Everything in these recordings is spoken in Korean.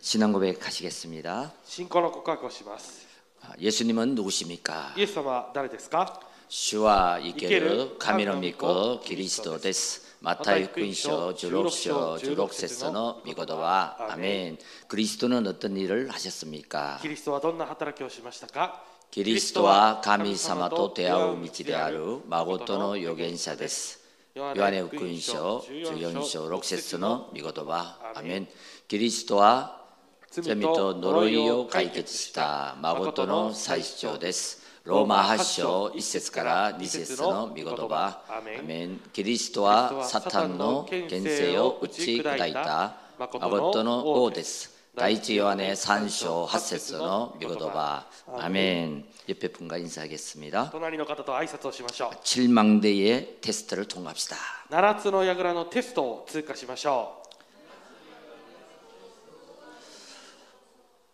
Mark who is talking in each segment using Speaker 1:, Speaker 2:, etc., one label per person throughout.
Speaker 1: 신앙 고백하시겠습니다.
Speaker 2: 信仰の告白をします
Speaker 1: 아, 예수님은 누구십니까?
Speaker 2: イエス様は誰ですか
Speaker 1: 주와 이케르
Speaker 2: 이케르,
Speaker 1: 가미로 믿고
Speaker 2: 가미로 믿고
Speaker 1: 그리스도
Speaker 2: 그리스도
Speaker 1: 데스 마타이 군쇼 주록쇼 주록세스노 미고도와 아멘 그리스도는 어떤 일을 하셨습니까?
Speaker 2: キリストはどんな働きをしましたか
Speaker 1: キリストは神様と出会う道である誠の預言者です。ヨハネ福音書14章6節の御言葉アメン。キリストは罪と呪いを解決した誠の最主張です。ローマ8章1節から2節の御言葉アメン。キリストはサタンの権勢を打ち砕いた誠の王です。第一ヨハネ3章8節の御言葉アメン。옆에분과 인사하겠습니다.
Speaker 2: 隣の方と挨拶をしましょ
Speaker 1: 칠망대의 테스트를 통합시다.
Speaker 2: う7つの櫓のテストを通過しましょ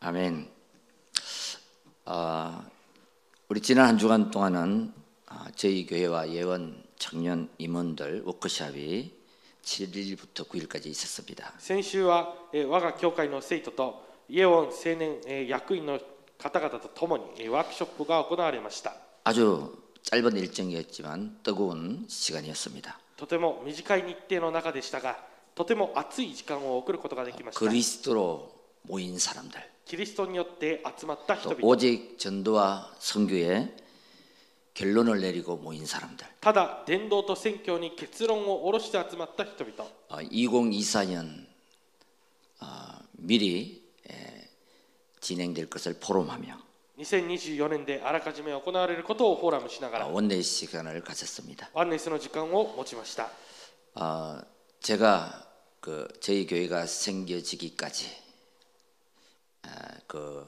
Speaker 1: 아멘. 아, 우리 지난 한 주간 동안은 아, 저희 교회와 예원 청년 임원들 워크숍이 7일부터 9일까지 있었습니다.
Speaker 2: う先週は、えー我が教会の生徒とイエオン青年、えー役員の方々と共に、えーワークショップが行われました
Speaker 1: 아주 짧은 일정이었지만 뜨거운 시간이었습니다.
Speaker 2: とても短い日程の中でしたがとても熱い時間を送ることができました
Speaker 1: 그리스도로 모인 사람들,
Speaker 2: キリストによって集まった人
Speaker 1: 또
Speaker 2: 々
Speaker 1: 오직 전도와 선교에 결론을 내리고 모인 사람들.
Speaker 2: ただ伝道と宣教に結論を下ろして集まった人々
Speaker 1: 어, 2024년 어, 미리 에, 진행될 것을 포럼하며
Speaker 2: 2024年であらかじめ行われることをフォーラムしなが
Speaker 1: 아,
Speaker 2: ら
Speaker 1: 원내 시간을 가졌습니다.
Speaker 2: ワンネスの時間を持ちました
Speaker 1: 아, 제가 그 저희 교회가 생겨지기까지 아, 그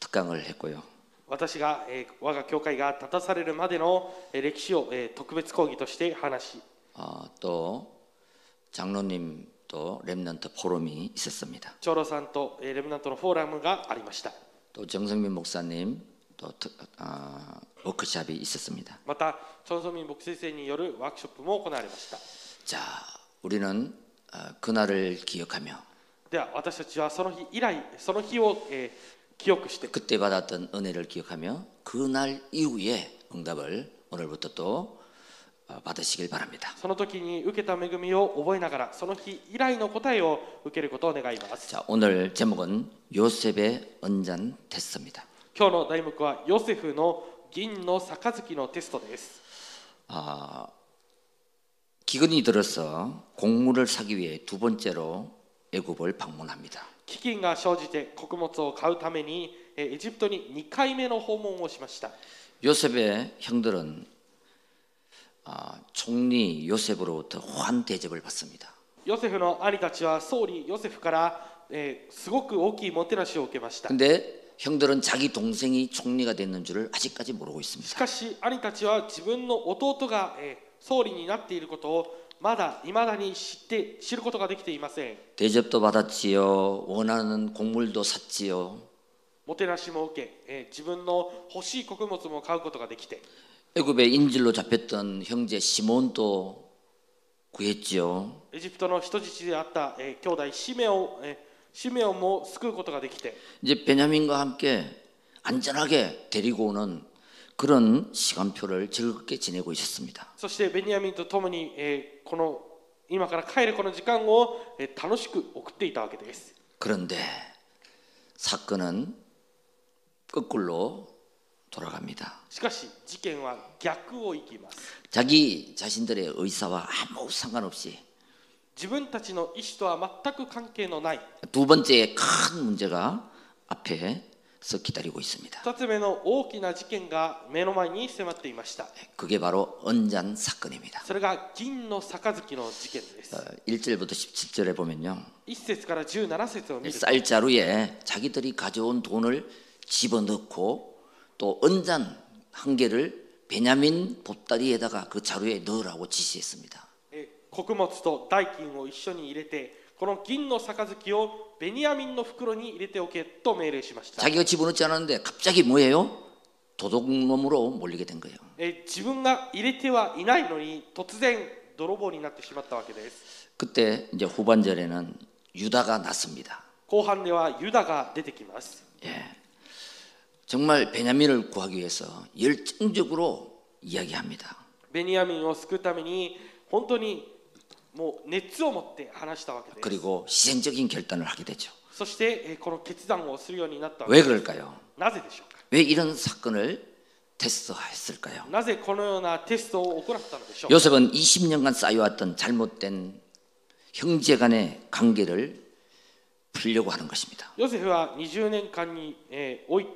Speaker 1: 특강을 했고요.
Speaker 2: 私が、えー我が教会が立たされるまでの、えー歴史を、えー特別講義として話し
Speaker 1: 아, 또 장로님도 렘넌트 포럼이 있었습니다.
Speaker 2: 長老さんと、えーレムナントのフォーラムがありました
Speaker 1: 또 정성민 목사님 또 특- 아, 워크샵이 있었습니다.
Speaker 2: またチョンソミン牧師先生によるワークショップも行われました
Speaker 1: 자, 우리는 아, 그날을 기억하며
Speaker 2: では私たちはその日以来その日を、えー記憶して
Speaker 1: 그때 받았던 은혜를 기억하며 그날 이후에 응답을 오늘부터 또 어, 받으시길 바랍니다.
Speaker 2: その時に受けた恵みを覚えながらその日以来の答えを受けることを願います
Speaker 1: 자 오늘 제목은 요셉의 언잔 테스트입니다.
Speaker 2: 今日の題目はヨセフの銀の杯のテストです
Speaker 1: 아 기근이 들어서 곡물을 사기 위해 두 번째로 애굽을 방문합니다.
Speaker 2: 飢饉が生じて穀物を買うためにえーエジプトに2回目の訪問をしました
Speaker 1: 요셉의 형들은 아, 총리 요셉으로부터 환 대접을 받습니다.
Speaker 2: ヨセフの兄たちは総理ヨセフから、えーすごく大きいもてなしを受けました
Speaker 1: 근데 형들은 자기 동생이 총리가 됐는 줄을 아직까지 모르고
Speaker 2: し
Speaker 1: 있습니다.
Speaker 2: かし兄たちは自分の弟が、えー総理になっていることをまだ未だに知って知ることができていません
Speaker 1: 대접도 받았지요. 원하는 곡물도 샀지요.
Speaker 2: もてなしも受け、えー自分の欲しい穀物も買うことができて
Speaker 1: 애굽의 인질로 잡혔던 형제 시몬도 구했지요.
Speaker 2: エジプトの人質であった、えー兄弟シメオン、えーシメオンも救うことができて
Speaker 1: 이제 베냐민과 함께 안전하게 데리고 오는 그런 시간표를 즐겁게 지내고 있었습니다.
Speaker 2: そしてベニヤミンと共に、えーこの今から帰るこの時間を、えー楽しく送っていたわけです
Speaker 1: 그런데 사건은 거꾸로 돌아갑니다.
Speaker 2: しかし事件は逆を行きます
Speaker 1: 자기 자신들의 의사와 아무 상관없이
Speaker 2: 自分たちの意思とは全く関係のない
Speaker 1: 두 번째 큰 문제가 앞에서 기다리고 있습니다.
Speaker 2: 2つ目の大きな事件が目の前に迫っていました
Speaker 1: 그게 바로 언잔 사건입니다.
Speaker 2: それが銀の杯の事件です
Speaker 1: 1절부터 17절에 보면요.
Speaker 2: 1節から17節を見ると
Speaker 1: 쌀자루에 자기들이 가져온 돈을 집어넣고 또 언잔 한 개를 베냐민 보따리에다가 그 자루에 넣으라고 지시했습니다.
Speaker 2: えー穀物と代金を一緒に入れてこの銀の杯をベニヤミンの袋に入れておけと命令しました、
Speaker 1: 자기가 집어넣지 않았는데 갑자기 뭐예요? 도둑놈으로 몰리게 된 거예요.
Speaker 2: えー自分が入れてはいないのに突然泥棒になってしまったわけです
Speaker 1: 그때 이제 후반절에는 유다가 났습니다.
Speaker 2: 後半ではユダが出てきます。
Speaker 1: 예. 정말 베냐민을 구하기 위해서 열정적으로 이야기합니다.
Speaker 2: ベニヤミンを救うために本当にもう熱を持って話したわけです。
Speaker 1: 그리고 희생적인 결단을 하게 되죠.
Speaker 2: そしてえーこの決断をするようになったわけ
Speaker 1: 왜
Speaker 2: です。
Speaker 1: 그럴까요?
Speaker 2: なぜでしょうか
Speaker 1: 왜 이런 사건을 테스트했을까요?
Speaker 2: なぜこのようなテストを行ったのでしょう
Speaker 1: 요셉은 20년간 쌓여왔던 잘못된 형제 간의 관계를 풀려고 하는 것입니다.
Speaker 2: ヨセフは20年間に、えー、追い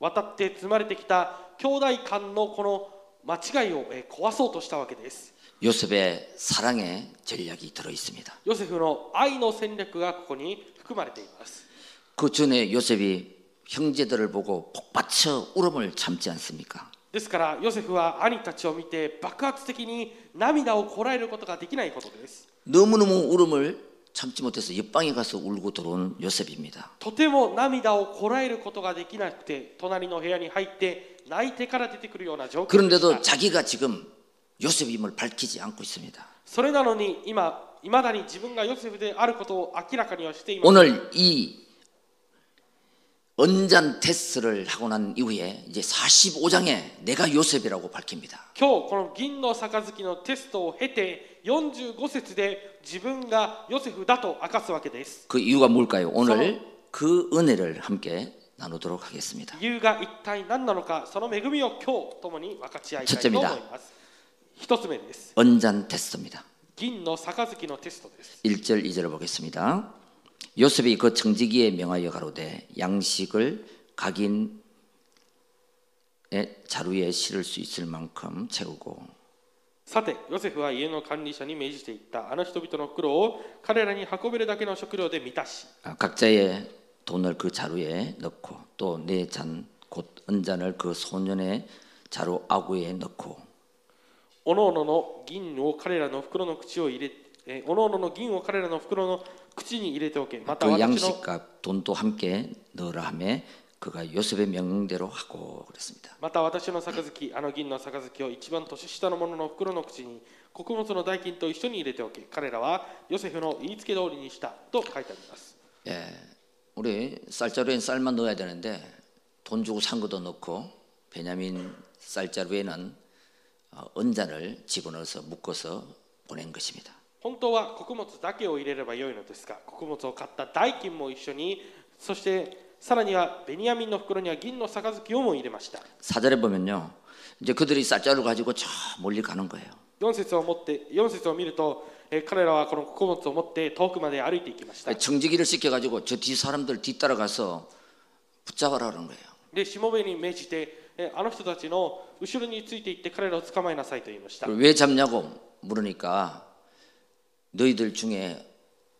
Speaker 2: 渡って積まれてきた兄弟間のこの間違いを、えー壊そうとしたわけです。
Speaker 1: 요셉의 사랑의 전략이 들어 있습니다.
Speaker 2: ヨセフの愛の戦略がここに含まれています。
Speaker 1: 그 전에 요셉이 형제들을 보고 폭받쳐 울음을 참지 않습니까?
Speaker 2: ですからヨセフは兄たちを見て爆発的に涙をこらえることができないことです。
Speaker 1: 너무너무 울음을 참지 못해서 옆방에 가서 울고 들어온 요셉입니다.
Speaker 2: とても涙をこらえることができなくて隣の部屋に入って泣いてから出てくるような状況でした
Speaker 1: 그런데도 자기가 지금 요셉임을 밝히지 않고 있습니다.
Speaker 2: それなのに今いまだに自分がヨセフであることを明らかにはしています。
Speaker 1: 오늘 이 언잔 테스트를 하고 난 이후에 이제 45장에 내가 요셉이라고 밝힙니다.
Speaker 2: 今日この銀の杯のテストを経て45節で自分がヨセフだと明かすわけです
Speaker 1: 그 이유가 뭘까요? 오늘 그 은혜를 함께 나누도록 하겠습니다.
Speaker 2: 理由が一体何なのかその恵みを今日共に分かち合いたいと思います一つ目です
Speaker 1: 언잔 테스트입니다.
Speaker 2: 銀の杯のテストです
Speaker 1: 1절 2절을 보겠습니다. 요셉이 그 청지기에 명하여 가로되 양식을 각인의 자루에 실을 수 있을 만큼 채우고
Speaker 2: さてヨセフは家の管理者に命じていったあの人々の苦労を彼らに運べるだけの食料で満たし
Speaker 1: 아, 각자의 돈을 그 자루에 넣고 또 네 잔 곧 은잔을 그 소년의 자루 아구에 넣고
Speaker 2: おのおのの銀を彼らの袋の口を入れえおのおのの銀を彼らの袋の口に入れておけまた
Speaker 1: 그
Speaker 2: 私の
Speaker 1: 양식값 돈도 함께 넣으라 하매 그가 요셉의 명령대로 하고 그랬습니다.
Speaker 2: また私の杯あの銀の杯を一番年下の者の袋の口に穀物の代金と一緒に入れておけ彼らはヨセフの言いつけ通りにしたと書いてあります
Speaker 1: 예, 우리 쌀자루엔 쌀만 넣어야 되는데 돈 주고 산 것도 넣고 베냐민 쌀자루에는 어, 은잔을 집어넣어서 묶어서 보낸 것입니다.
Speaker 2: 本当は穀物だけを入れればよいのですが穀物を買った代金も一緒にそしてさらにはベニヤミンの袋には銀の杯をも入れました
Speaker 1: 사절에 보면요, 이제 그들이 쌀자루 가지고 저 멀리 가는 거예요.
Speaker 2: 4節を持って4節を見ると、えー彼らはこの穀物を持って遠くまで歩いていきました
Speaker 1: 청지기를 시켜가지고 저 뒤 사람들 뒤따라가서 붙잡아라 그런 거예요.
Speaker 2: でしもべに命じて、えーあの人たちの後ろについていって彼らを捕まえなさいと言いました
Speaker 1: 그왜 잡냐고 물으니까 너희들 중에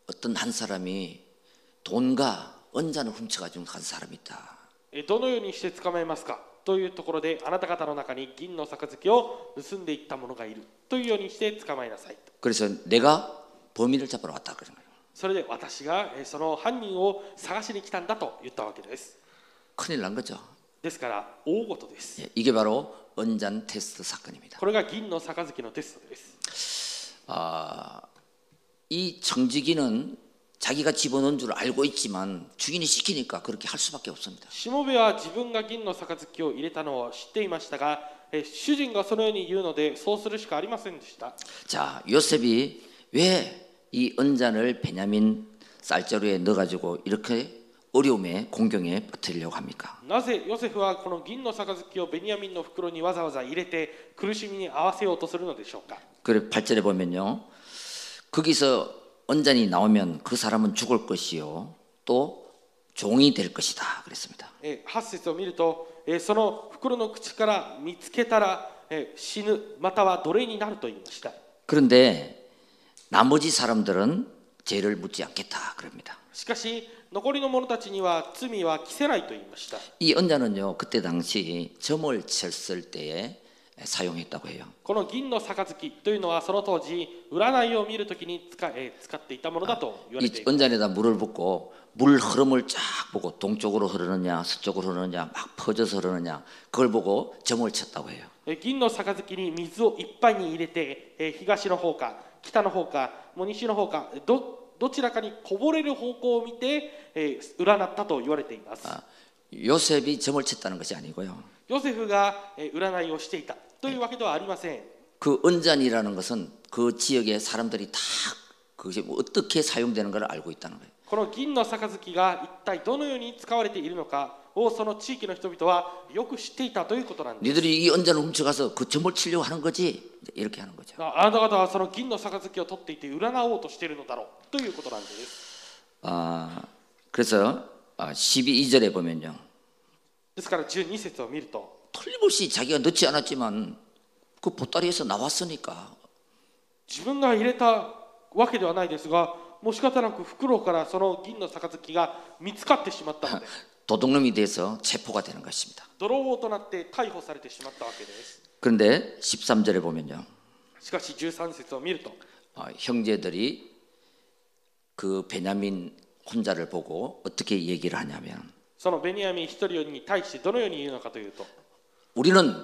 Speaker 1: 어떤 한 사람이 돈과 은잔을 훔쳐가지고 간 사람이 있다.
Speaker 2: えどのようにして捕まえますかというところであなた方の中に銀の杯を盗んでいった者がいるというようにして捕まえなさい
Speaker 1: 그래서 내가 범인을 잡으러 왔다 그런 거예요.
Speaker 2: それで私がえその犯人を探しに来たんだと言ったわけです
Speaker 1: 큰일 난 거죠.
Speaker 2: ですから大事です
Speaker 1: 예, 이게 바로 은잔 테스트 사건입니다.
Speaker 2: これが銀の杯のテストです
Speaker 1: 아, 이 청지기는 자기가 집어넣은 줄 알고 있지만 주인이 시키니까 그렇게 할 수밖에 없습니다.
Speaker 2: しもべは自分が銀の杯を入れたのを知っていましたがえ主人がそのように言うのでそうするしかありませんでした
Speaker 1: 자, 요셉이 왜 이 은잔을 베냐민 쌀자루에 넣어가지고 이렇게 어려움에 공경에 빠뜨리려고 합니까?
Speaker 2: なぜヨセフはこの銀の杯をベニヤミンの袋にわざわざ入れて苦しみに合わせようとするのでしょうか
Speaker 1: 그래 8절에 보면요. 거기서 언잔이 나오면 그 사람은 죽을 것이요. 또 종이 될 것이다. 그랬습니다.
Speaker 2: えー8節を見ると、えーその袋の口から見つけたら、えー死ぬまたは奴隷になると言いました
Speaker 1: 그런데 나머지 사람들은 죄를 묻지 않겠다. 그럽니다.
Speaker 2: しかし残りの者たちには罪は着せないと言いました
Speaker 1: 이 언잔은요. 그때 당시 점을 쳤을 때에 사용했다고 해요.
Speaker 2: この銀の杯というのはその当時占いを見るときに使,、えー使っていたものだと言われて
Speaker 1: 이
Speaker 2: います
Speaker 1: 언잔에다 물을 붓고 물 흐름을 쫙 보고 동쪽으로 흐르느냐 서쪽으로 흐르느냐 막 퍼져서 흐르느냐 그걸 보고 점을 쳤다고 해요.
Speaker 2: えー銀の杯に水をいっぱいに入れて、えー東の方か北の方かもう西の方かどどちらかにこぼれる方向を見て、えー占ったと言われています
Speaker 1: 아, 요셉이 점을 쳤다는 것이 아니고요.
Speaker 2: ヨセフがえー占いをしていたというわけではありません
Speaker 1: 그 은잔이라는 것은 그 지역의 사람들이 다 그것이 어떻게 사용되는 걸 알고 있다는 거예요.
Speaker 2: この銀の杯が一体どのように使われているのかをその地域の人々はよく知っていたということなんです
Speaker 1: 니들이 이 은잔을 훔쳐가서 그 점을 치려고 하는 거지 이제 이렇게 하는 거죠.
Speaker 2: ああなた方はその銀の杯を取っていて占おうとしているのだろうということなんです
Speaker 1: 아, 그래서 아, 12절에 보면요.
Speaker 2: ですから12節を見ると
Speaker 1: 틀림없이 자기가 넣지 않았지만 그 보따리에서 나왔으니까
Speaker 2: 自分が入れたわけではないですがもう仕方なく袋からその銀の杯が見つかってしまったので
Speaker 1: 도둑놈이 돼서 체포가 되는 것입니다.
Speaker 2: 泥棒となって逮捕されてしまったわけです
Speaker 1: 그런데 13절에 보면요.
Speaker 2: しかし13節を見ると
Speaker 1: 아, 형제들이 그 베냐민 혼자를 보고 어떻게 얘기를 하냐면
Speaker 2: そのベニヤミン一人に対してどのように言うのかというと
Speaker 1: 우리는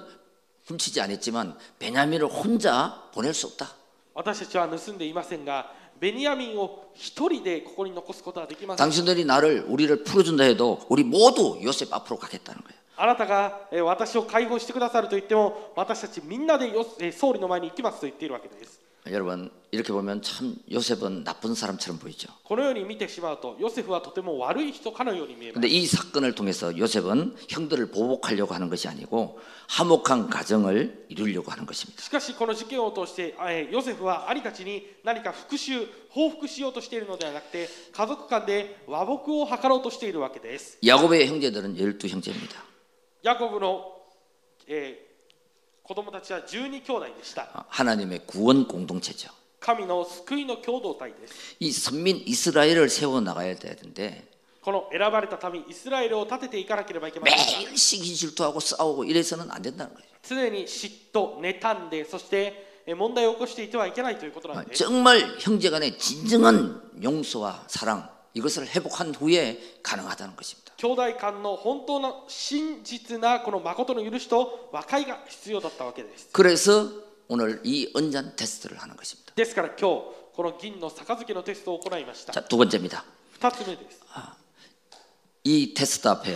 Speaker 1: 훔치지 않았지만 베냐민을 혼자 보낼 수 없다.
Speaker 2: 私たちは盗んでいませんがベニヤミンを一人でここに残すことはできません
Speaker 1: 당신들이 나를 우리를 풀어준다 해도 우리 모두 요셉 앞으로 가겠다는 거예요.
Speaker 2: あなたがえー私を解放してくださると言っても私たちみんなでよえー総理の前に行きますと言っているわけです
Speaker 1: 여러분 이렇게 보면 참 요셉은 나쁜 사람처럼 보이죠.
Speaker 2: このように見てしまうとヨセフはとても悪い人かのように見えます
Speaker 1: 근데 이 사건을 통해서 요셉은 형들을 보복하려고 하는 것이 아니고 화목한 가정을 이루려고 하는 것입니다.
Speaker 2: しかしこの事件を通してあえーヨセフは兄たちに何か復讐報復しようとしているのではなくて家族間で和睦を図ろうとしているわけです
Speaker 1: 야곱의 형제들은 12형제입니다.
Speaker 2: ヤコブの、えー子供たちは12兄弟でした。
Speaker 1: 하나님의 구원 공동체죠.
Speaker 2: 神の救いの共同体です。
Speaker 1: 이 선민 이스라엘을 세워 나가야 되는데
Speaker 2: この選ばれた民、イスラエルを立てていかなければいけませんが、
Speaker 1: 매일 시기 질투하고 싸우고 이래서는 안 된다는 거예요.
Speaker 2: 常に嫉妬、妬んで、そしてえー問題を起こしていてはいけないということなんです。
Speaker 1: 정말 형제간의 진정한 용서와 사랑 이것을 회복한 후에 가능하다는 것입니다.
Speaker 2: 兄弟間の本当の真実なこの誠の許しと和解が必要だったわけです。
Speaker 1: 그래서 오늘 이 은잔 테스트를 하는 것입니다.
Speaker 2: ですから今日、この銀の杯のテストを行いました。
Speaker 1: 자, 두 번째입니다.
Speaker 2: 2つ目です。
Speaker 1: 이 테스트 앞에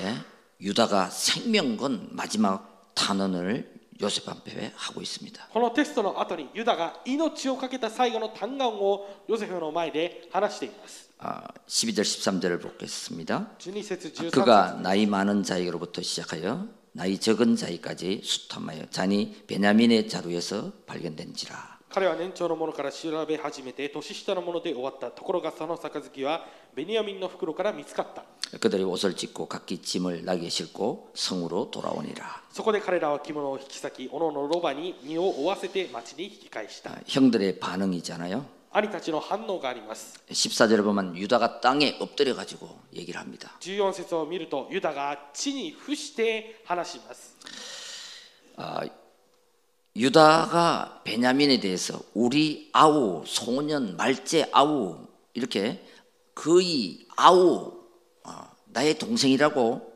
Speaker 1: 유다가 생명건 마지막 탄원을 요셉 앞에 하고 있습니다.
Speaker 2: このテストの後にユダが命を懸けた最後の嘆願をヨセフの前で話しています。
Speaker 1: 아, 12절 13절을 보겠습니다.
Speaker 2: 12節13節
Speaker 1: 그가 나이 많은 자에게로부터 시작하여 나이 적은 자에까지 수탐하여 잔이 베냐민의 자루에서 발견된지라.
Speaker 2: 彼は年長の者から調べ始めて年下の者で終わったところがその杯はベニヤミンの袋から見つかった
Speaker 1: 그들이 옷을 찢고 각기 짐을 나귀에 싣고 성으로 돌아오니라.
Speaker 2: そこで彼らは着物を引き裂き斧のロバに身を負わせて町に引き返した
Speaker 1: 아, 형들의 반응이잖아요.
Speaker 2: 兄たちの反応があります
Speaker 1: 14절을 보면 유다가 땅에 엎드려 가지고 얘기를 합니다.
Speaker 2: 14節を見るとユダが地に伏して話します
Speaker 1: 아, 유다가 베냐민에 대해서 우리 아우 소년 말제 아우 이렇게 거의 아우 어, 나의 동생이라고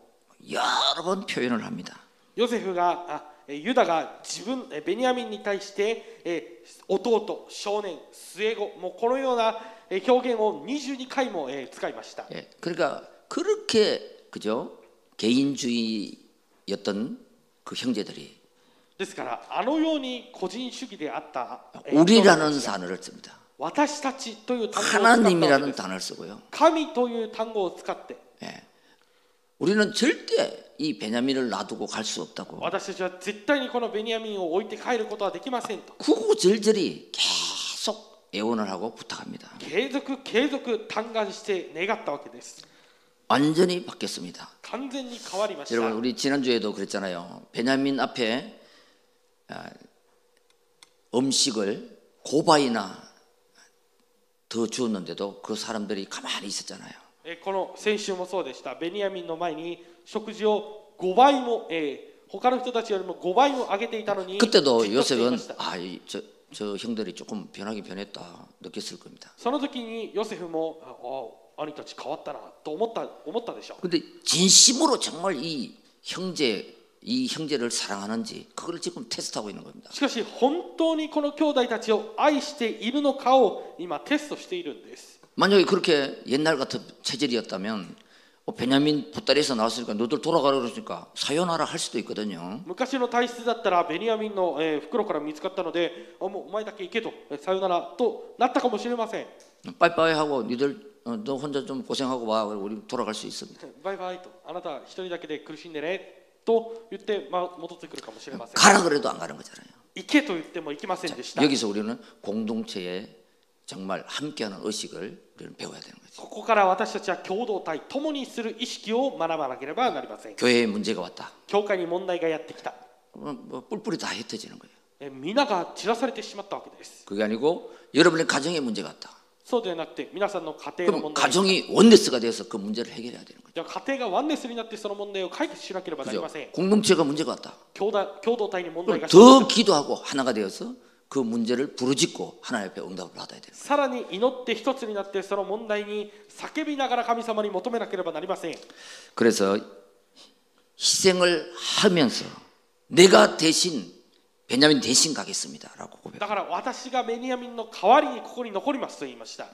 Speaker 1: 여러 번 표현을 합니다.
Speaker 2: ヨセフがあえユダが自分えベニヤミンに対してえ弟少年末子もうこのようなえ表現を22回もえ使いました
Speaker 1: 예, 그러니까 그렇게 그죠 개인주의였던 그 형제들이
Speaker 2: ですからあのように個人主義であったえー人々
Speaker 1: 우리라는 단어를 씁니다.
Speaker 2: 私たちという単語を使ったわけ
Speaker 1: 하나님이라는
Speaker 2: です
Speaker 1: 단어를 쓰고요.
Speaker 2: 神という単語を使って
Speaker 1: 예. 우리는 절대 이 베냐민을 놔두고 갈 수 없다고.
Speaker 2: 私たちは絶対にこのベニヤミンを置いて帰ることはできませんと
Speaker 1: 구구절절히 계속 애원을 하고 부탁합니다.
Speaker 2: 継続継続嘆願して願ったわけです
Speaker 1: 완전히 바뀌었습니다.
Speaker 2: 完全に変わりました
Speaker 1: 여러분 우리 지난주에도 그랬잖아요. 베냐민 앞에 아, 음식을 고바이나 더 주었는데도 그 사람들이 가만히 있었잖아요.
Speaker 2: えーこの先週もそうでしたベニヤミンの前に食事を5倍も、えー他の人たちよりも5倍も上げていたのにじ
Speaker 1: 그때도
Speaker 2: っとしていま
Speaker 1: 요셉은
Speaker 2: した
Speaker 1: 아저 저 형들이 조금 변하긴 변했다 느꼈을 겁니다.
Speaker 2: その時にヨセフもああ兄たち変わったなと思った思ったでしょう
Speaker 1: 근데 진심으로 정말 이 형제 이 형제를 사랑하는지 그걸 지금 테스트하고 있는 겁니다.
Speaker 2: しかし本当にこの兄弟たちを愛しているのかを今テストしているんです
Speaker 1: 만약에 그렇게 옛날 같은 체질이었다면 어, 베냐민 보따리에서 나왔으니까 너들 돌아가라 그러니까 사연하라 할 수도 있거든요.
Speaker 2: 昔の体質だったらベニヤミンの、えー袋から見つかったのであもうお前だけ行けとえーさよならとなったかもしれません
Speaker 1: 빠이빠이 하고 니들 어, 너 혼자 좀 고생하고 와 그리고 우리 돌아갈 수 있습니다.
Speaker 2: バイバイとあなた一人だけで苦しんでねと言って、まあ、戻ってくるかもしれません
Speaker 1: 가라 그래도 안 가는 거잖아요.
Speaker 2: 行けと言っても行きませんでした
Speaker 1: 여기서 우리는 공동체에 정말 함께하는 의식을 우리는 배워야 되는 거죠.
Speaker 2: ここから私たちは共同体共にする意識を学ばなければなりません
Speaker 1: 교회에 문제가 왔다.
Speaker 2: 教会に問題がやってきた
Speaker 1: 그럼 뭐 뿔뿔이 다 흩어지는 거예요.
Speaker 2: えー皆が散らされてしまったわけです
Speaker 1: 그게 아니고 여러분의 가정에 문제가 왔다.
Speaker 2: そうではなくて皆さんの家庭の
Speaker 1: 그럼
Speaker 2: 問題
Speaker 1: 가정이 원리스가 돼서 그 문제를 해결해야 되는 거예요.
Speaker 2: じゃあ家庭がワンネスになってその問題を解決しなければなりません
Speaker 1: 그죠? 공동체가 문제가 왔다.
Speaker 2: 共同共同体に問題
Speaker 1: 그럼
Speaker 2: が生じ
Speaker 1: 더 기도하고 하나가 되어서 그 문제를 부르짖고 하나님 앞에 응답을 받아야 돼요.
Speaker 2: さらに祈って一つになってその問題に叫びながら神様に求めなければなりません
Speaker 1: 그래서 희생을 하면서 내가 대신 베냐민 대신 가겠습니다라고 고백.
Speaker 2: だから私がベニヤミンの代わりにここに残りますと言いました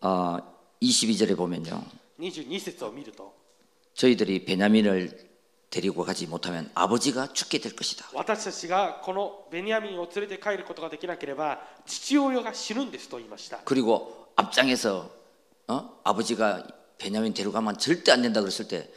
Speaker 1: 아 22절에 보면요.
Speaker 2: 22節を見ると
Speaker 1: 저희들이 베냐민을 데리고 가지 못하면 아버지가 죽게 될 것이다.
Speaker 2: 私たちがこのベニヤミンを連れて帰ることができなければ父親が死ぬんですと言いました
Speaker 1: 그리고 앞장에서 어? 아버지가 베냐민 데려가면 절대 안 된다 그랬을 때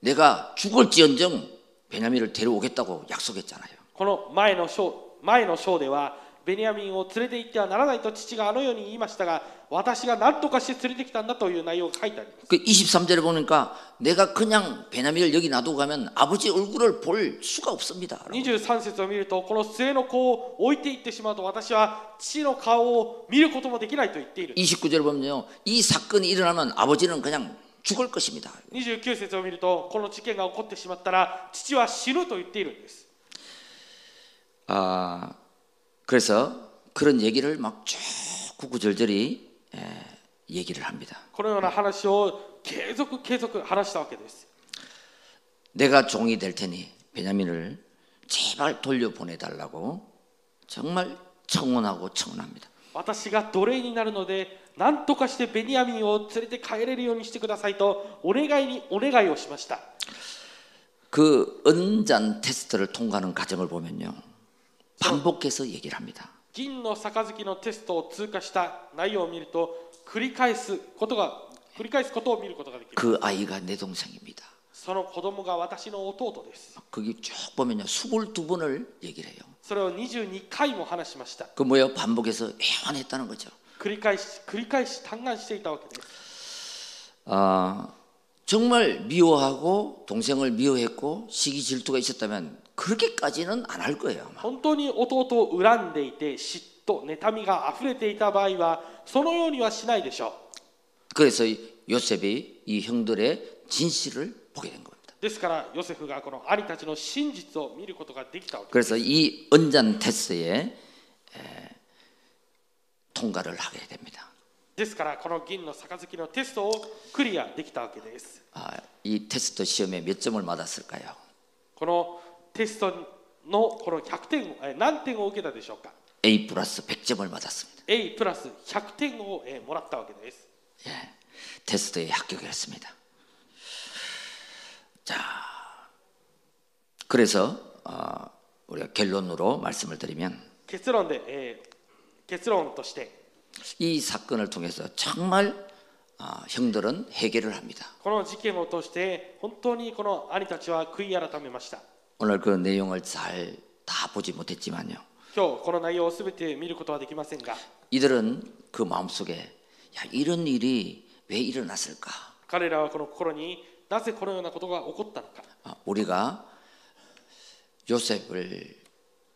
Speaker 1: 내가 죽을지언정 베냐민을 데려오겠다고 약속했잖아요.
Speaker 2: この前の章前の章ではベニヤミンを連れて行ってはならないと父があのように言いましたが私が何とかして連れてきたんだという内容が書いてあります
Speaker 1: 그 23절에 보니까 내가 그냥 베냐민을 여기 놔두고 가면 아버지 얼굴을 볼 수가 없습니다.
Speaker 2: 23節を見るとこの末の子を置いていってしまうと私は父の顔を見ることもできないと言っている
Speaker 1: 29절에 보면요. 이 사건이 일어나면 아버지는 그냥 죽을 것입니다.
Speaker 2: 29節を見るとこの事件が起こってしまったら父は死ぬと言っているんです
Speaker 1: 아, 그래서 그런 얘기를 막쭉 구구절절히 예, 얘기를 합니다.
Speaker 2: このような話を継続継続話したわけです
Speaker 1: 내가 종이 될 테니 베냐민을 제발 돌려보내달라고 정말 청원하고 청원합니다.
Speaker 2: 私が奴隷になるので何とかしてベニヤミンを連れて帰れるようにしてくださいとお願いにお願いをしました
Speaker 1: 그 은잔 테스트를 통과하는 과정을 보면요. 반복해서 얘기를 합니다.
Speaker 2: 銀の杯のテストを通過した内容を見ると繰り返すことが繰り返すことを見ることができる
Speaker 1: 그 아이가 내 동생입니다.
Speaker 2: その子供が私の弟です
Speaker 1: 거기 쭉 보면요. 22번을 얘기를 해요.
Speaker 2: それを22回も話しました
Speaker 1: 그 뭐예요? 반복해서 애환했다는 거죠.
Speaker 2: 繰り返し繰り返し嘆願していたわけです
Speaker 1: 아, 정말 미워하고 동생을 미워했고 시기 질투가 있었다면 그렇게까지는 안 할 거예요. 아마.
Speaker 2: 本当に弟を恨んでいて嫉妬妬みが溢れていた場合はそのようにはしないでしょう
Speaker 1: 그래서 이 요셉이 이 형들의 진실을 보게 된 겁니다.
Speaker 2: ですからヨセフがこの兄たちの真実を見ることができたわけ
Speaker 1: 그래서 이 은잔 테스트에 에, 통과를 하게 됩니다.
Speaker 2: ですからこの銀の杯のテストをクリアできたわけです
Speaker 1: 아, 이 테스트 시험에 몇 점을 맞았을까요?
Speaker 2: このテストのこの100点をえー何点を受けたでしょうか
Speaker 1: A 플러스 100점을 맞았습니다.
Speaker 2: A プラス100点をえーもらったわけです
Speaker 1: 예, 테스트에 합격을 했습니다. 자, 그래서 어, 우리가 결론으로 말씀을 드리면
Speaker 2: 結論で、えー結論として
Speaker 1: 이 사건을 통해서 정말 아, 형들은 해결을 합니다.
Speaker 2: この事件を通して本当にこの兄たちは悔い改めました
Speaker 1: 오늘 그 내용을 잘 다 보지 못했지만요.
Speaker 2: 今日この内容を全て見ることはできませんが
Speaker 1: 이들은 그 마음속에 야 이런 일이 왜 일어났을까?
Speaker 2: 彼らはこの心になぜこのようなことが起こったのか
Speaker 1: 아, 우리가 요셉을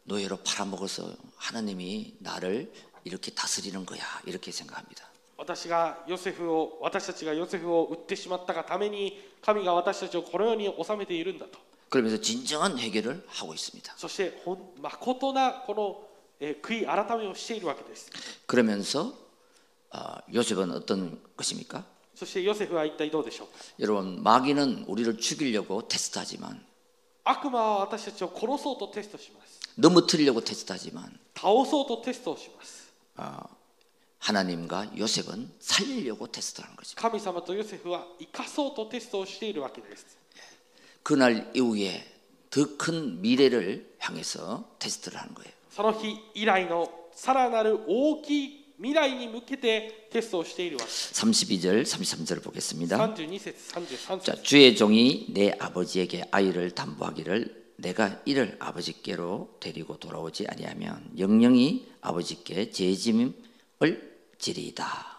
Speaker 1: 노예로 팔아먹어서 하나님이 나를 이렇게 다스리는 거야 이렇게 생각합니다.
Speaker 2: 私がヨセフを私たちがヨセフを売ってしまったがために神が私たちをこの世に収めているんだと
Speaker 1: 그러면서 진정한 해결을 하고 있습니다.
Speaker 2: そしてほん誠なこの、えー悔い改めをしているわけです
Speaker 1: 그러면서 아, 요셉은 어떤 것입니까?
Speaker 2: そしてヨセフは一体どうでしょうか
Speaker 1: 여러분 마귀는 우리를 죽이려고 테스트하지만
Speaker 2: 悪魔は私たちを殺そうとテストします
Speaker 1: 넘어뜨리려고 테스트하지만
Speaker 2: 倒そうとテストをします
Speaker 1: 아, 하나님과 요셉은 살리려고 테스트하는 거죠.
Speaker 2: 神様とヨセフは生かそうとテストをしているわけです。
Speaker 1: 그날 이후에 더 큰 미래를 향해서 테스트를 하는 거예요.
Speaker 2: その日以来のさらなる大きい未来に向けてテストをしているわけです。
Speaker 1: 32절, 33절을 보겠습니다.
Speaker 2: 32節、33
Speaker 1: 자,
Speaker 2: 節。
Speaker 1: 주의 종이 내 아버지에게 아이를 담보하기를 내가 이를 아버지께로 데리고 돌아오지 아니하면 영영이 아버지께 재짐을 지리이다.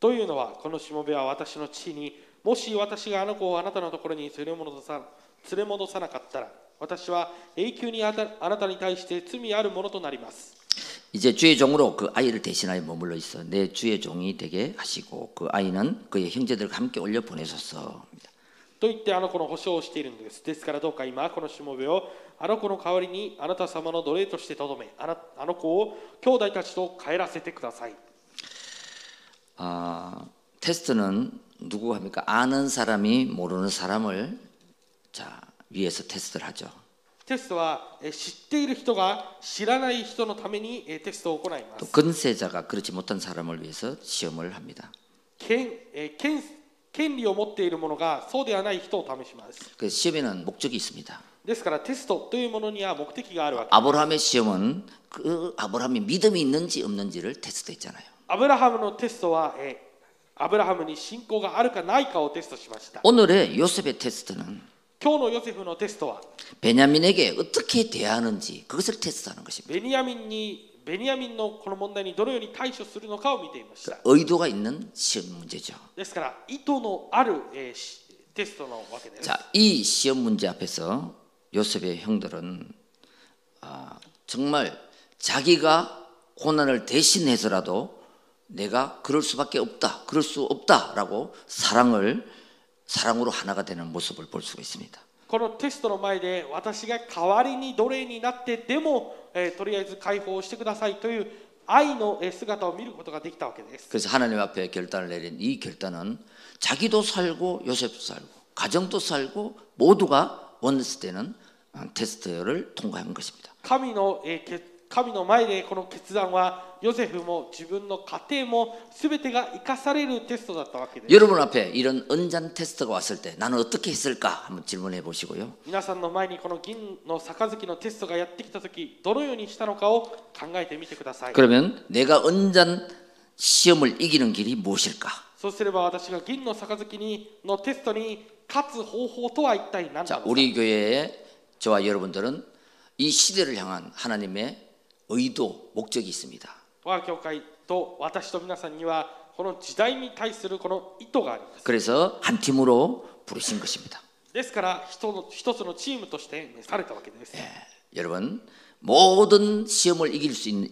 Speaker 2: というのは、このしもべは私の地に、もし私があの子をあなたのところに連れ戻さ連れ戻さなかったら、私は永久にあたあなたに対して罪あるものとなります。
Speaker 1: 이제 주의 종으로 그 아이를 대신하여 머물러 있어 내 주의 종이 되게 하시고 그 아이는 그의 형제들과 함께 올려 보내소서.
Speaker 2: と言ってあの子の保証をしているんです。ですからどうか今、このしもべをあの子の代わりにあなた様の奴隷としてとどめあな、あの子を兄弟たちと帰らせてください。
Speaker 1: 아, 테스트는 누구 합니까? 아는 사람이 모르는 사람을 자, 위에서 테스트를 하죠.
Speaker 2: テストはえー知っている人が知らない人のためにえーテストを行いま
Speaker 1: 또
Speaker 2: す。
Speaker 1: 근세자가 그렇지 못한 사람을 위해서 시험을 합니다.
Speaker 2: 権えー権権利を持っている者がそうではない人を試します。
Speaker 1: 그 시험에는 목적이 있습니다.
Speaker 2: ですからテストというものには目的があるわけ。
Speaker 1: 아브라함의 시험은 그 아브라함이 믿음이 있는지 없는지를 테스트했잖아요.
Speaker 2: アブラハムのテストは、えーアブラハムに信仰があるかないかをテストしました。
Speaker 1: 오늘의 요셉의 테스트는
Speaker 2: 今日のヨセフのテストは
Speaker 1: 베냐민에게 어떻게 대하는지 그것을 테스트하는 것입니다.
Speaker 2: ベニヤミンにベニヤミンのこの問題にどのように対処するのかを見ていました。
Speaker 1: 의도가 있는 시험 문제죠.
Speaker 2: ですから意図のある、えーしテストなわけです。
Speaker 1: 자, 이 시험 문제 앞에서 요셉의 형들은 아, 정말 자기가 고난을 대신해서라도 내가 그럴 수밖에 없다, 그럴 수 없다라고 사랑을 사랑으로 하나가 되는 모습을 볼 수가 있습니다.
Speaker 2: このテストの前で私が代わりに奴隷になってでも、えーとりあえず解放してくださいという愛のえー姿を見ることができたわけです。
Speaker 1: 그래서 하나님 앞에 결단을 내린 이 결단은 자기도 살고 요셉도 살고 가정도 살고 모두가 원했을 때는 아, 테스트를 통과한 것입니다.
Speaker 2: 神の,、えーけ神の前でこの決断はヨセフも自分の家庭も全てが生かされるテストだったわけです。
Speaker 1: 여러분 앞에 이런 은잔 테스트가 왔을 때 나는 어떻게 했을까 한번 질문해 보시고요.
Speaker 2: 皆さんの前にこの銀の杯のテストがやってきた時どのようにしたのかを考えてみてください。
Speaker 1: 그러면 내가 은잔 시험을 이기는 길이 무엇일까?
Speaker 2: そうすれば私が銀の杯にのテストに勝つ方法とは一体何な
Speaker 1: 자,
Speaker 2: のか
Speaker 1: 우리 교회에 저와 여러분들은 이 시대를 향한 하나님의 의도, 목적이 있습니다.
Speaker 2: 我が教会と私と皆さんにはこの時代に対するこの意図があります
Speaker 1: 그래서 한 팀으로 부르신 것입니다.
Speaker 2: ですから人の一つのチームとして召されたわけです、
Speaker 1: 예, 여러분, 모든 시험을 이길 수 있는,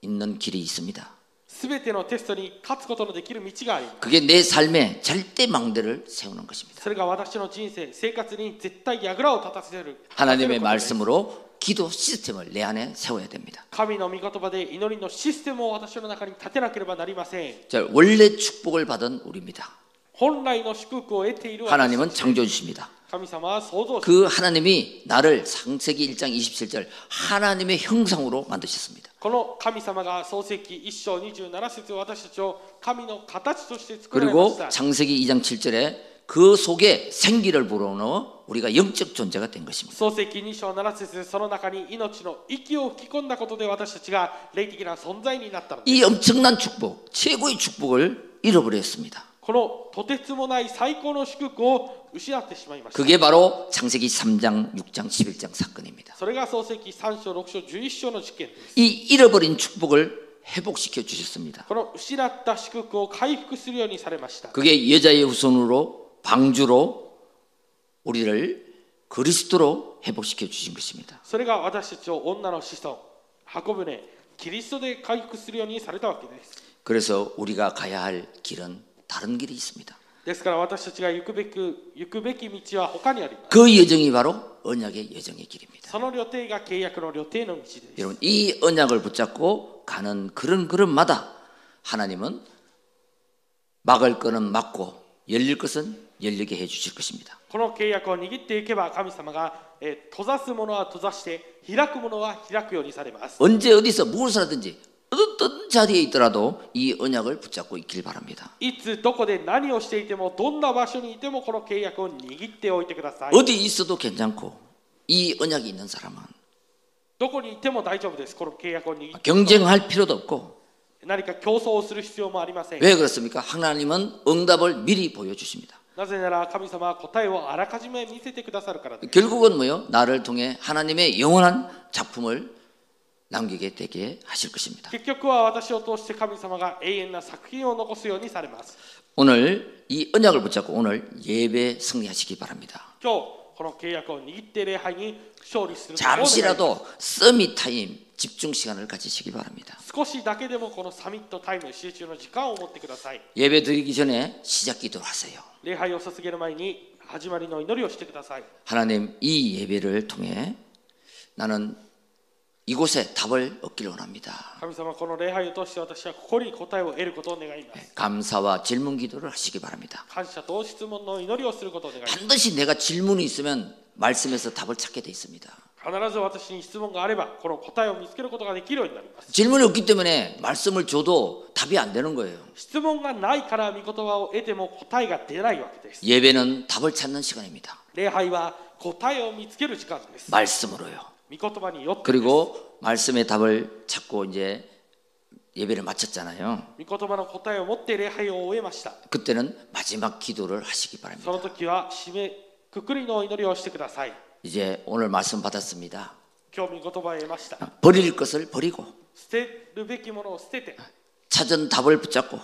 Speaker 1: 있는 길이 있습니다.
Speaker 2: 全てのテストに勝つことのできる道があります
Speaker 1: 그게 내 삶에 절대 망대를 세우는 것입니다.
Speaker 2: それが私の人生生活に絶対やぐらを立たせる
Speaker 1: 하나님의
Speaker 2: 立たせることです
Speaker 1: 말씀으로 기도 시스템을 내 안에 세워야 됩니다.
Speaker 2: 神の御言葉で祈りのシステムを私の中に立てなければなりません
Speaker 1: 자, 원래 축복을 받은 우리입니다.
Speaker 2: 本来の祝福を得ている私
Speaker 1: 하나님은 창조해 주십니다.
Speaker 2: 神様は創造主
Speaker 1: 그 하나님이 나를 상세기 1장 27절 하나님의 형상으로 만드셨습니다.
Speaker 2: この神様が創世記1章27節私たちを神の形として作られまし
Speaker 1: 그리고
Speaker 2: た
Speaker 1: 창세기 2장 7절에 그 속에 생기를 불어넣어 우리가 영적 존재가 된 것입니다.
Speaker 2: 創世記2章7節その中に命の息を吹き込んだことで私たちが霊的な存在になったのです
Speaker 1: 이 엄청난 축복, 최고의 축복을 잃어버렸습니다.
Speaker 2: このとてつもない最高の祝福を失ってしまいました
Speaker 1: 그게 바로 창세기 3장, 6장, 11장 사건입니다.
Speaker 2: それが創世記3章6章11章の事件です
Speaker 1: 이 잃어버린 축복을 회복시켜 주셨습니다.
Speaker 2: この失った祝福を回復するようにされました
Speaker 1: 그게 여자의 후손으로 방주로 우리를 그리스도로 회복시켜 주신 것입니다.
Speaker 2: それが私たちを女の子孫箱舟キリストで回復するようにされたわけです
Speaker 1: 그래서 우리가 가야 할 길은 다른 길이 있습니다.
Speaker 2: ですから私たちが行くべく行くべき道は他にあります
Speaker 1: 그 여정이 바로 언약의 여정의 길입니다.
Speaker 2: その旅程が契約の旅程の道です
Speaker 1: 여러분 이 언약을 붙잡고 가는 그런 걸음마다 하나님은 막을 거는 막고 열릴 것은 열리게 해 주실 것입니다.
Speaker 2: この契約を握っていけば神様が、えー閉ざすものは閉ざして開くものは開くようにされます
Speaker 1: 언제 어디서 무엇을 하든지 어떤 자리에 있더라도 이 언약을 붙잡고 있길 바랍니다.
Speaker 2: いつどこで何をしていてもどんな場所にいてもこの契約を握っておいてください
Speaker 1: 어디 있어도 괜찮고 이 언약이 있는 사람은
Speaker 2: どこにいても大丈夫ですこの契約を握って
Speaker 1: 경쟁할 필요도 없고
Speaker 2: 何か競争をする必要もありません
Speaker 1: 왜 그렇습니까? 하나님은 응답을 미리 보여주십니다.
Speaker 2: なぜなら神様は答えをあらかじめ見せてくださるからです
Speaker 1: 결국은 뭐요? 나를 통해 하나님의 영원한 작품을 남기게 되게 하실 것입니다.
Speaker 2: 結局は私を通して神様が永遠な作品を残すようにされます
Speaker 1: 오늘 이 언약을 붙잡고 오늘 예배 승리하시기 바랍니다.
Speaker 2: 今日この契約を握って礼拝に勝利することを願います
Speaker 1: 잠시라도 서밋 타임 집중 시간을 가지시기 바랍니다.
Speaker 2: 少しだけでもこのサミットタイム集中の時間を持ってください
Speaker 1: 예배 드리기 전에 시작 기도를 하세요.
Speaker 2: 礼拝を捧げる前に始まりの祈りをしてください
Speaker 1: 하나님 이 예배를 통해 나는 이곳에 답을 얻기를 원합니다.
Speaker 2: 神様この礼拝を通して私はここに答えを得ることを願います
Speaker 1: 감사와 질문 기도를 하시기 바랍니다.
Speaker 2: 感謝と質問の祈りをすることを願います
Speaker 1: 반드시 내가 질문이 있으면 말씀에서 답을 찾게 돼 있습니다.
Speaker 2: 必ず私に質問があればこの答えを見つけることができるようになります
Speaker 1: 질문이 없기 때문에 말씀을 줘도 답이 안 되는 거예요.
Speaker 2: 質問がないから御言葉を得ても答えが出ないわけです
Speaker 1: 예배는 답을 찾는 시간입니다.
Speaker 2: 礼拝は答えを見つける時間です
Speaker 1: 말씀으로요.
Speaker 2: 御言葉によってです御
Speaker 1: 그리고 말씀의 답을 찾고 이제 예배를 마쳤잖아요.
Speaker 2: 言葉の答えを持って礼拝を終えました
Speaker 1: 그때는 마지막 기도를 하시기
Speaker 2: そ
Speaker 1: 바랍니다.
Speaker 2: の時は締めくくりの祈りをしてください
Speaker 1: 이제 오늘 말씀 받았습니다.
Speaker 2: 今日御言葉を得ました
Speaker 1: 버릴 것을 버리고
Speaker 2: 捨てるべきものを捨てて
Speaker 1: 찾은 답을 붙잡고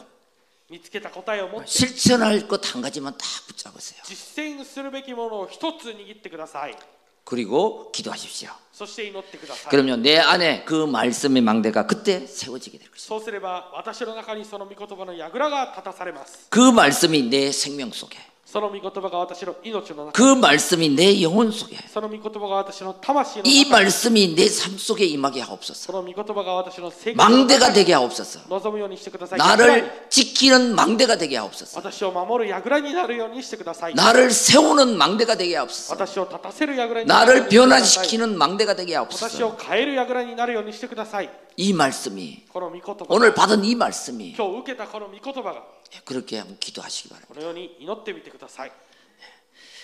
Speaker 2: 見つけた答えを持って
Speaker 1: 실천할 것 한 가지만 딱 붙잡으세요.
Speaker 2: 実践するべきものを一つ握ってください
Speaker 1: 그리고 기도하십시오.
Speaker 2: そして祈ってください
Speaker 1: 그러면 내 안에 그 말씀의 망대가 그때 세워지게 될 것입니다.
Speaker 2: そうすれば私の中にその御言葉の櫓が立たされます
Speaker 1: 그 말씀이 내 생명 속에
Speaker 2: その御言葉が私の命の中
Speaker 1: 그 말씀이 내 영혼 속에
Speaker 2: その御言葉が私の魂の
Speaker 1: 이
Speaker 2: 中
Speaker 1: 말씀이 내 삶 속에 임하게 하옵소서.
Speaker 2: その御言葉が私の生活の中
Speaker 1: 망대가 되게 하옵소서.
Speaker 2: 望むようにしてください櫓に
Speaker 1: 나를 지키는 망대가 되게 하옵소서.
Speaker 2: 私を守る櫓になるようにしてください
Speaker 1: 나를 세우는 망대가 되게 하옵소서.
Speaker 2: 私を立たせる櫓になるよう
Speaker 1: 나를
Speaker 2: にしてください
Speaker 1: 변화시키는 망대가 되게
Speaker 2: 私
Speaker 1: 하옵소서.
Speaker 2: を変える櫓になるようにしてください
Speaker 1: 이 말씀이
Speaker 2: この御言葉
Speaker 1: 오늘 받은 이 말씀이
Speaker 2: 今日受けたこの御言葉が
Speaker 1: 그렇게 한번 기도하시기 바랍니다.
Speaker 2: このように祈ってみてください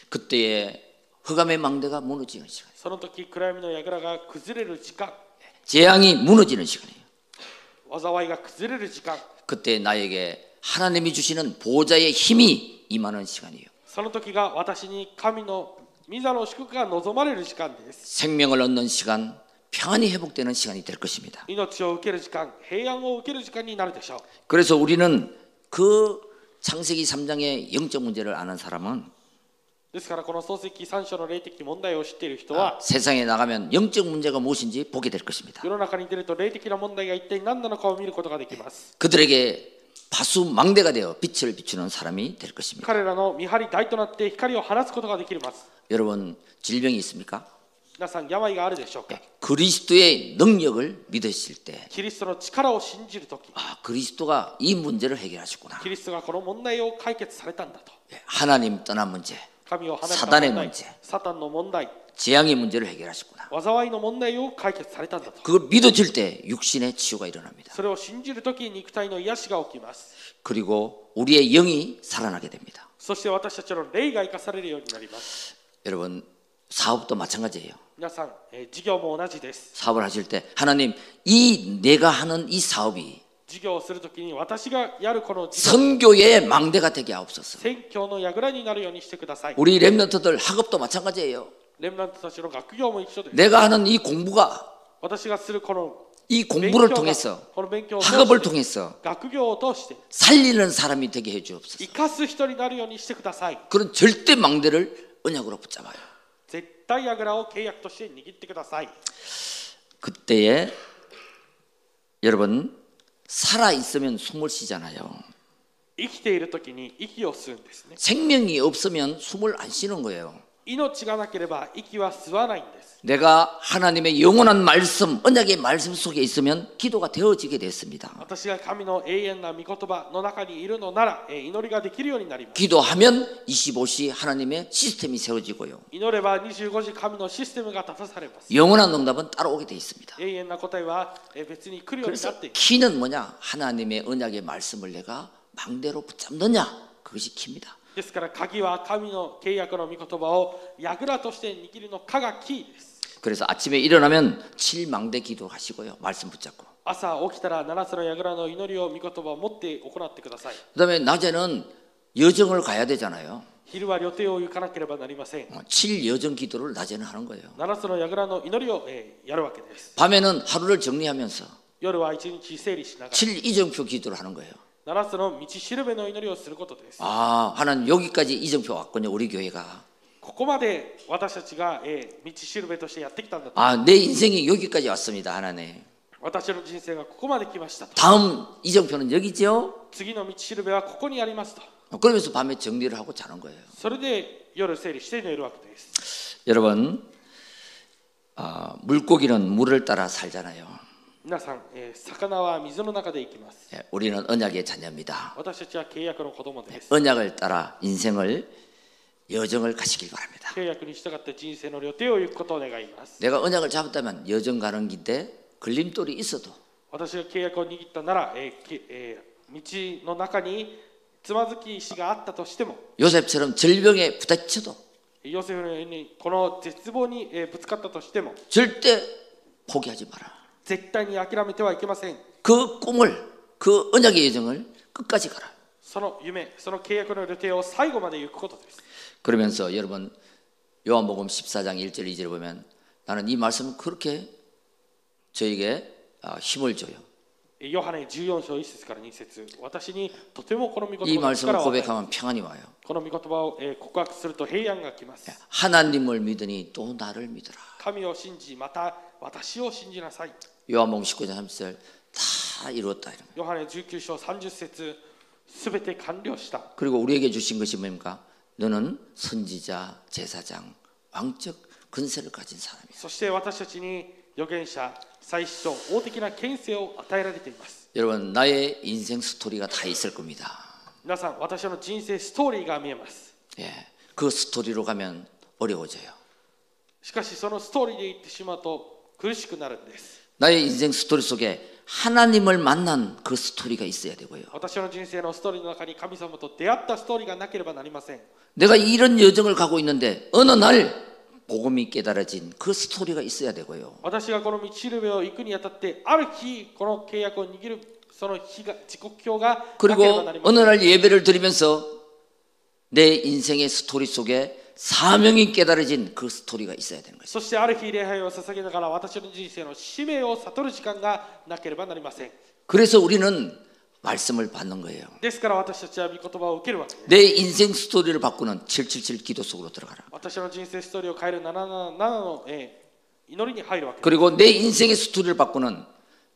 Speaker 1: 그때에 허감의 망대가 무너지는 시간,
Speaker 2: その時暗闇の櫓が崩れる時間
Speaker 1: 재앙이 무너지는 시간이에요.
Speaker 2: 災いが崩れる時間
Speaker 1: 그때 나에게 하나님이 주시는 보좌의 힘이 임하는 시간이에요.
Speaker 2: その時が私に神の御座の祝福が望まれる時間です
Speaker 1: 생명을 얻는 시간, 평안이 회복되는 시간이 될 것입니다.
Speaker 2: 命を受ける時間平安を受ける時間になるでしょう
Speaker 1: 그래서 우리는 그 창세기 3장의 영적 문제를 아는 사람은
Speaker 2: ですからこの創世記3章の霊的問題を知っている人は
Speaker 1: 세상에 나가면 영적 문제가 무엇인지 보게 될 것입니다.
Speaker 2: 世の中に出ると霊的な問題が一体何なのかを見ることができます
Speaker 1: 그들에게 파수망대가 되어 빛을 비추는 사람이 될 것입니다.
Speaker 2: 彼らの見張り台となって光を放つことができます。
Speaker 1: 여러분 질병이 있습니까?
Speaker 2: 皆さん、病があるでしょうか
Speaker 1: 그리스도의 능력을 믿으실 때
Speaker 2: キリストの力を信じるとき、
Speaker 1: 아, 그리스도가 이 문제를 해결하셨구나.
Speaker 2: キリストがこの問題を解決されたんだと。
Speaker 1: 예, 하나님 떠난 문제,
Speaker 2: 神を離れた
Speaker 1: サタンへ
Speaker 2: 問
Speaker 1: の
Speaker 2: 題
Speaker 1: 問題、
Speaker 2: サタンの問題、
Speaker 1: 재앙의 문제를 해결하셨구나.
Speaker 2: 災いの問題を解決されたんだと。
Speaker 1: 그걸 믿어질 때 육신의 치유가 일어납니다.
Speaker 2: それを信じるとき、肉体の癒しが起きます。
Speaker 1: 그리고 우리의 영이 살아나게 됩니다.
Speaker 2: そして私たちの霊が生かされるようになります。
Speaker 1: 여러분 사업도 마찬가지예요.
Speaker 2: 皆さん、えー事業も同じです。
Speaker 1: 사업을 하실 때 하나님 이 내가 하는 이 사업이
Speaker 2: 事業をするときに私がやるこの事業、
Speaker 1: 선교의 망대가 되게 하옵소서.
Speaker 2: 宣教の櫓になるようにしてください。
Speaker 1: 우리 랩런트들 학업도 마찬가지예요.
Speaker 2: レムナントたちの学業も一緒です。
Speaker 1: 내가 하는 이 공부가
Speaker 2: 私がするこの
Speaker 1: 이
Speaker 2: 勉
Speaker 1: 공부를
Speaker 2: 強が
Speaker 1: 통해서
Speaker 2: この勉強を通して
Speaker 1: 학업을 통해서
Speaker 2: 学業を通して
Speaker 1: 살리는 사람이 되게 해주옵소서.
Speaker 2: 生かす人になるようにしてください
Speaker 1: 그런 절대 망대를 언약으로 붙잡아요.
Speaker 2: 絶対あぐらを契約として握ってください
Speaker 1: 그때에 여러분 살아 있으면 숨을 쉬잖아요.
Speaker 2: 生きている時に息を吸うんですね
Speaker 1: 생명이 없으면 숨을 안 쉬는 거예요.
Speaker 2: 命がなければ息は吸わないんです。
Speaker 1: 내가 하나님의 영원한 말씀, 언약의 말씀 속에 있으면 기도가 되어지게 됐습니다.
Speaker 2: 私が神の永遠な御言葉の中にいるのなら、えー祈りができるようになります。
Speaker 1: 기도하면 25시 하나님의 시스템이 세워지고요.
Speaker 2: 祈れば25時神のシステムが立たされます。
Speaker 1: 영원한 응답은 따라오게 돼 있습니다.
Speaker 2: 永遠な答えはえー別に来るようになっ
Speaker 1: 그래서
Speaker 2: ていく。
Speaker 1: 키는 뭐냐? 하나님의 언약의 말씀을 내가 망대로 붙잡느냐? 그것이 키입니다.
Speaker 2: ですから鍵は神の契約の御言葉を櫓として握るのかがキーです。
Speaker 1: 그래서 아침에 일어나면 칠망대 기도하시고요. 말씀 붙잡고.
Speaker 2: 朝起きたら7つの櫓の祈りを御言葉を持って行ってください。
Speaker 1: 그다음에 낮에는 여정을 가야 되잖아요.
Speaker 2: 昼は予定を行かなければなりません。
Speaker 1: 어, 칠 여정 기도를 낮에는 하는 거예요.
Speaker 2: 7つの櫓の祈りを、えーやるわけです。
Speaker 1: 밤에는 하루를 정리하면서
Speaker 2: 夜は一日整理しなが
Speaker 1: 칠 이정표 기도를 하는 거예요.
Speaker 2: ら7つの道しるべの祈りをすることです。
Speaker 1: 아, 하나님 여기까지 이정표 왔군요. 우리 교회가.
Speaker 2: ここまで私たちが、えー道しるべとしてやってきたんだと
Speaker 1: 아, 내 인생이 여기까지 왔습니다. 하나님.
Speaker 2: 私の人生がここまで来ましたと
Speaker 1: 다음 이정표는 여기죠. 어,
Speaker 2: 次の道しるべはここにありますと
Speaker 1: 그러면서 밤에 정리를 하고 자는 거예요.
Speaker 2: それで夜整理して寝るわけです
Speaker 1: 여러분, 아, 물고기는 물을 따라 살잖아요.
Speaker 2: 皆さん、えー魚は水の中で生きます
Speaker 1: 예, 우리는 언약의 자녀입니다.
Speaker 2: 私たちは契約の子供です、
Speaker 1: 언약을 따라 인생을 여정을 가시길 바랍니다.
Speaker 2: 契約に従って人生の予定を行くことを願います
Speaker 1: 내가 언약을 잡았다면 여정 가는 길때 걸림돌이 있어도
Speaker 2: 私が契約を握ったなら、えーきえー道の中につまずき石があったとしても
Speaker 1: 요셉처럼 절병에 부딪혀도
Speaker 2: ヨセフのようにこの絶望に、えーぶつかったとしても
Speaker 1: 절대 포기하지 마라.
Speaker 2: 絶対に諦めてはいけません
Speaker 1: 그 꿈을 그 언약의 여정을 끝까지 가라.
Speaker 2: その夢、その契約の予定を最後まで行くことです。
Speaker 1: 그러면서 여러분 요한복음 14장 1절 2절 보면 나는 이 말씀을 그렇게 저에게 아, 힘을 줘요.
Speaker 2: ヨハネ14章1節から2節私にとてもこの御
Speaker 1: 이
Speaker 2: 言葉の
Speaker 1: 말씀을
Speaker 2: 力を与えこ
Speaker 1: 고백하면 평안이 와요. 예,
Speaker 2: の御言葉をえー告白すると平安が来ます。
Speaker 1: 하나님을 믿으니 또 나를 믿으라.
Speaker 2: 神を信じ、また私を信じなさい。
Speaker 1: 요한복음 19장 30절 다 이루었다 이런. 거예요.
Speaker 2: ヨハネ19章30節すべて完了した。
Speaker 1: 그리고 우리에게 주신 것이 뭡니까? 너는 선지자, 제사장, 왕적 근세를 가진 사람이야.
Speaker 2: そして私たちに預言者、祭司と王的な権勢を与えられています。
Speaker 1: 여러분 나의 인생 스토리가 다 있을 겁니다.
Speaker 2: 皆さん、私の人生ストーリーが見えます。
Speaker 1: 예, 그 스토리로 가면 어려워져요.
Speaker 2: しかし、そのストーリーで言ってしまうと苦しくなるんです。
Speaker 1: 나의 인생 스토리 속에 하나님을 만난 그 스토리가 있어야 되고요.
Speaker 2: 私の人生のストーリーの中に神様と出会ったストーリーがなければなりません
Speaker 1: 내가 이런 여정을 가고 있는데 어느 날 복음이 깨달아진 그 스토리가 있어야 되고요.
Speaker 2: 私がこの道しるべを行くにあたってある日この契約を握るその日が時刻表がなければ
Speaker 1: 그리고
Speaker 2: なりません
Speaker 1: 어느 날 예배를 드리면서 내 인생의 스토리 속에 사명이 깨달아진 그 스토리가 있어야 되는 거죠.
Speaker 2: そしてある日礼拝を捧げながら私の人生の使命を悟る時間がなければなりません
Speaker 1: 그래서 우리는 말씀을 받는 거예요.
Speaker 2: ですから私たちは御言葉を受けるわけです
Speaker 1: 내 인생 스토리를 바꾸는 777 기도 속으로 들어가라.
Speaker 2: 私の人生ストーリーを変える777の、えー祈りに入るわけです
Speaker 1: 그리고 내 인생의 스토리를 바꾸는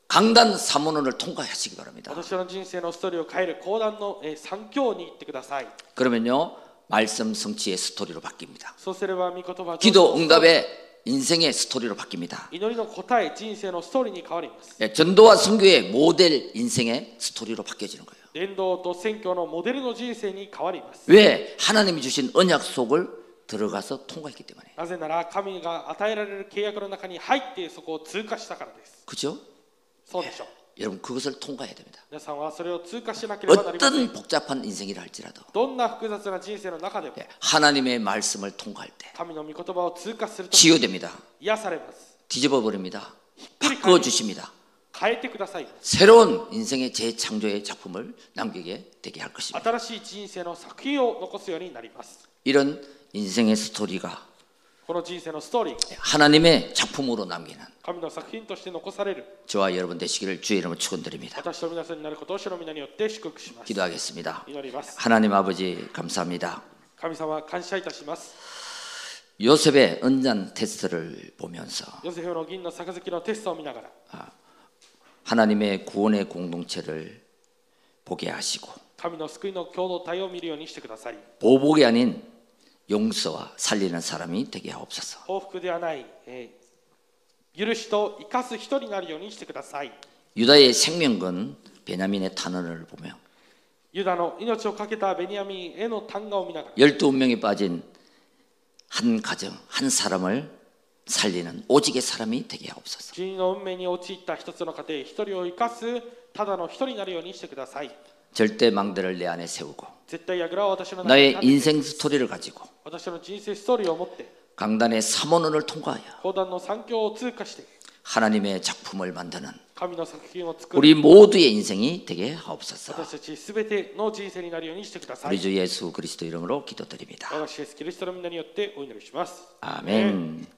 Speaker 1: 강단 사모론을 통과하시기 바랍니다.
Speaker 2: 私の人生のストーリーを変える講談の、え3教を握ってください
Speaker 1: 그러면요 말씀 성취의 스토리로 바뀝니다.
Speaker 2: そうすれば御言葉は
Speaker 1: 기도 응답의 인생의 스토리로 바뀝니다.
Speaker 2: 祈りの答え人生のストーリーに変わります
Speaker 1: 예, 전도와 선교의 모델 인생의 스토리로 바뀌어지는 거예요.
Speaker 2: 伝道と宣教のモデルの人生に変わります
Speaker 1: 왜 하나님이 주신 언약 속을 들어가서 통과했기 때문에
Speaker 2: なぜなら神が与えられる契約の中に入ってそこを通過したからです
Speaker 1: 그죠?
Speaker 2: そうでしょう
Speaker 1: 여러분 그것을 통과해야 됩니다.
Speaker 2: 皆さんはそれを通過しなければなりません
Speaker 1: 어떤 복잡한 인생이라 할지라도
Speaker 2: どんな複雑な人生の中でも
Speaker 1: 예, 하나님의 말씀을 통과할 때
Speaker 2: 神の御言葉を通過すると
Speaker 1: 치유됩니다.
Speaker 2: 癒されます
Speaker 1: 뒤집어 버립니다. 바꿔 주십니다.
Speaker 2: 変えてください
Speaker 1: 새로운 인생의 재창조의 작품을 남기게 되게 할 것입니다.
Speaker 2: 新しい人生の作品を残すようになります
Speaker 1: 이런 인생의 스토리가
Speaker 2: この人生のストーリーが
Speaker 1: 하나님의 작품으로 남기는
Speaker 2: 神の作品として残される
Speaker 1: 저와 여러분 되시기를 주의 이름으로 축원드립니다.
Speaker 2: 私と皆さんになることを主の皆によって祝福します
Speaker 1: 기도하겠습니다.
Speaker 2: 祈ります
Speaker 1: 하나님 아버지 감사합니다.
Speaker 2: 神様感謝いたします
Speaker 1: 요셉의 은잔 테스트를 보면서
Speaker 2: ヨセフの銀の杯のテストを見ながら
Speaker 1: 하나님의 구원의 공동체를 보게 하시고
Speaker 2: 神の救いの共同体を見るようにしてくださり
Speaker 1: 보복이 아닌 용서와 살리는 사람이 되게 하옵소서.
Speaker 2: 報復ではない、えー許しと生かす人になるようにしてください
Speaker 1: 유다의 생명근 베냐민의 탄원을 보며
Speaker 2: ユダの命を懸けたベニヤミンへの嘆願を見ながら
Speaker 1: 열두 운명에 빠진 한 가정 한 사람을 살리는 오직의 사람이 되게 하옵소서.
Speaker 2: 十二の運命に陥った一つの家庭一人を生かすただの一人になるようにしてください
Speaker 1: 절대 망대를 내 안에 세우고
Speaker 2: 絶対櫓を私の中
Speaker 1: 나의
Speaker 2: に立て
Speaker 1: 인생 스토리를 가지고
Speaker 2: 私の人生ストーリーを持って
Speaker 1: 강단의 삼원원을 통과하여
Speaker 2: 講談の三教を通過して
Speaker 1: 하나님의 작품을 만드는
Speaker 2: 神の作品を作る
Speaker 1: 우리 모두의 인생이 되게 하옵소서.
Speaker 2: 私たち全ての人生になるようにしてくださ
Speaker 1: 우리
Speaker 2: い 어.
Speaker 1: 주 예수 그리스도 이름으로 기도드립니다.
Speaker 2: 我が主イエスキリストの皆によってお祈りします
Speaker 1: 아멘.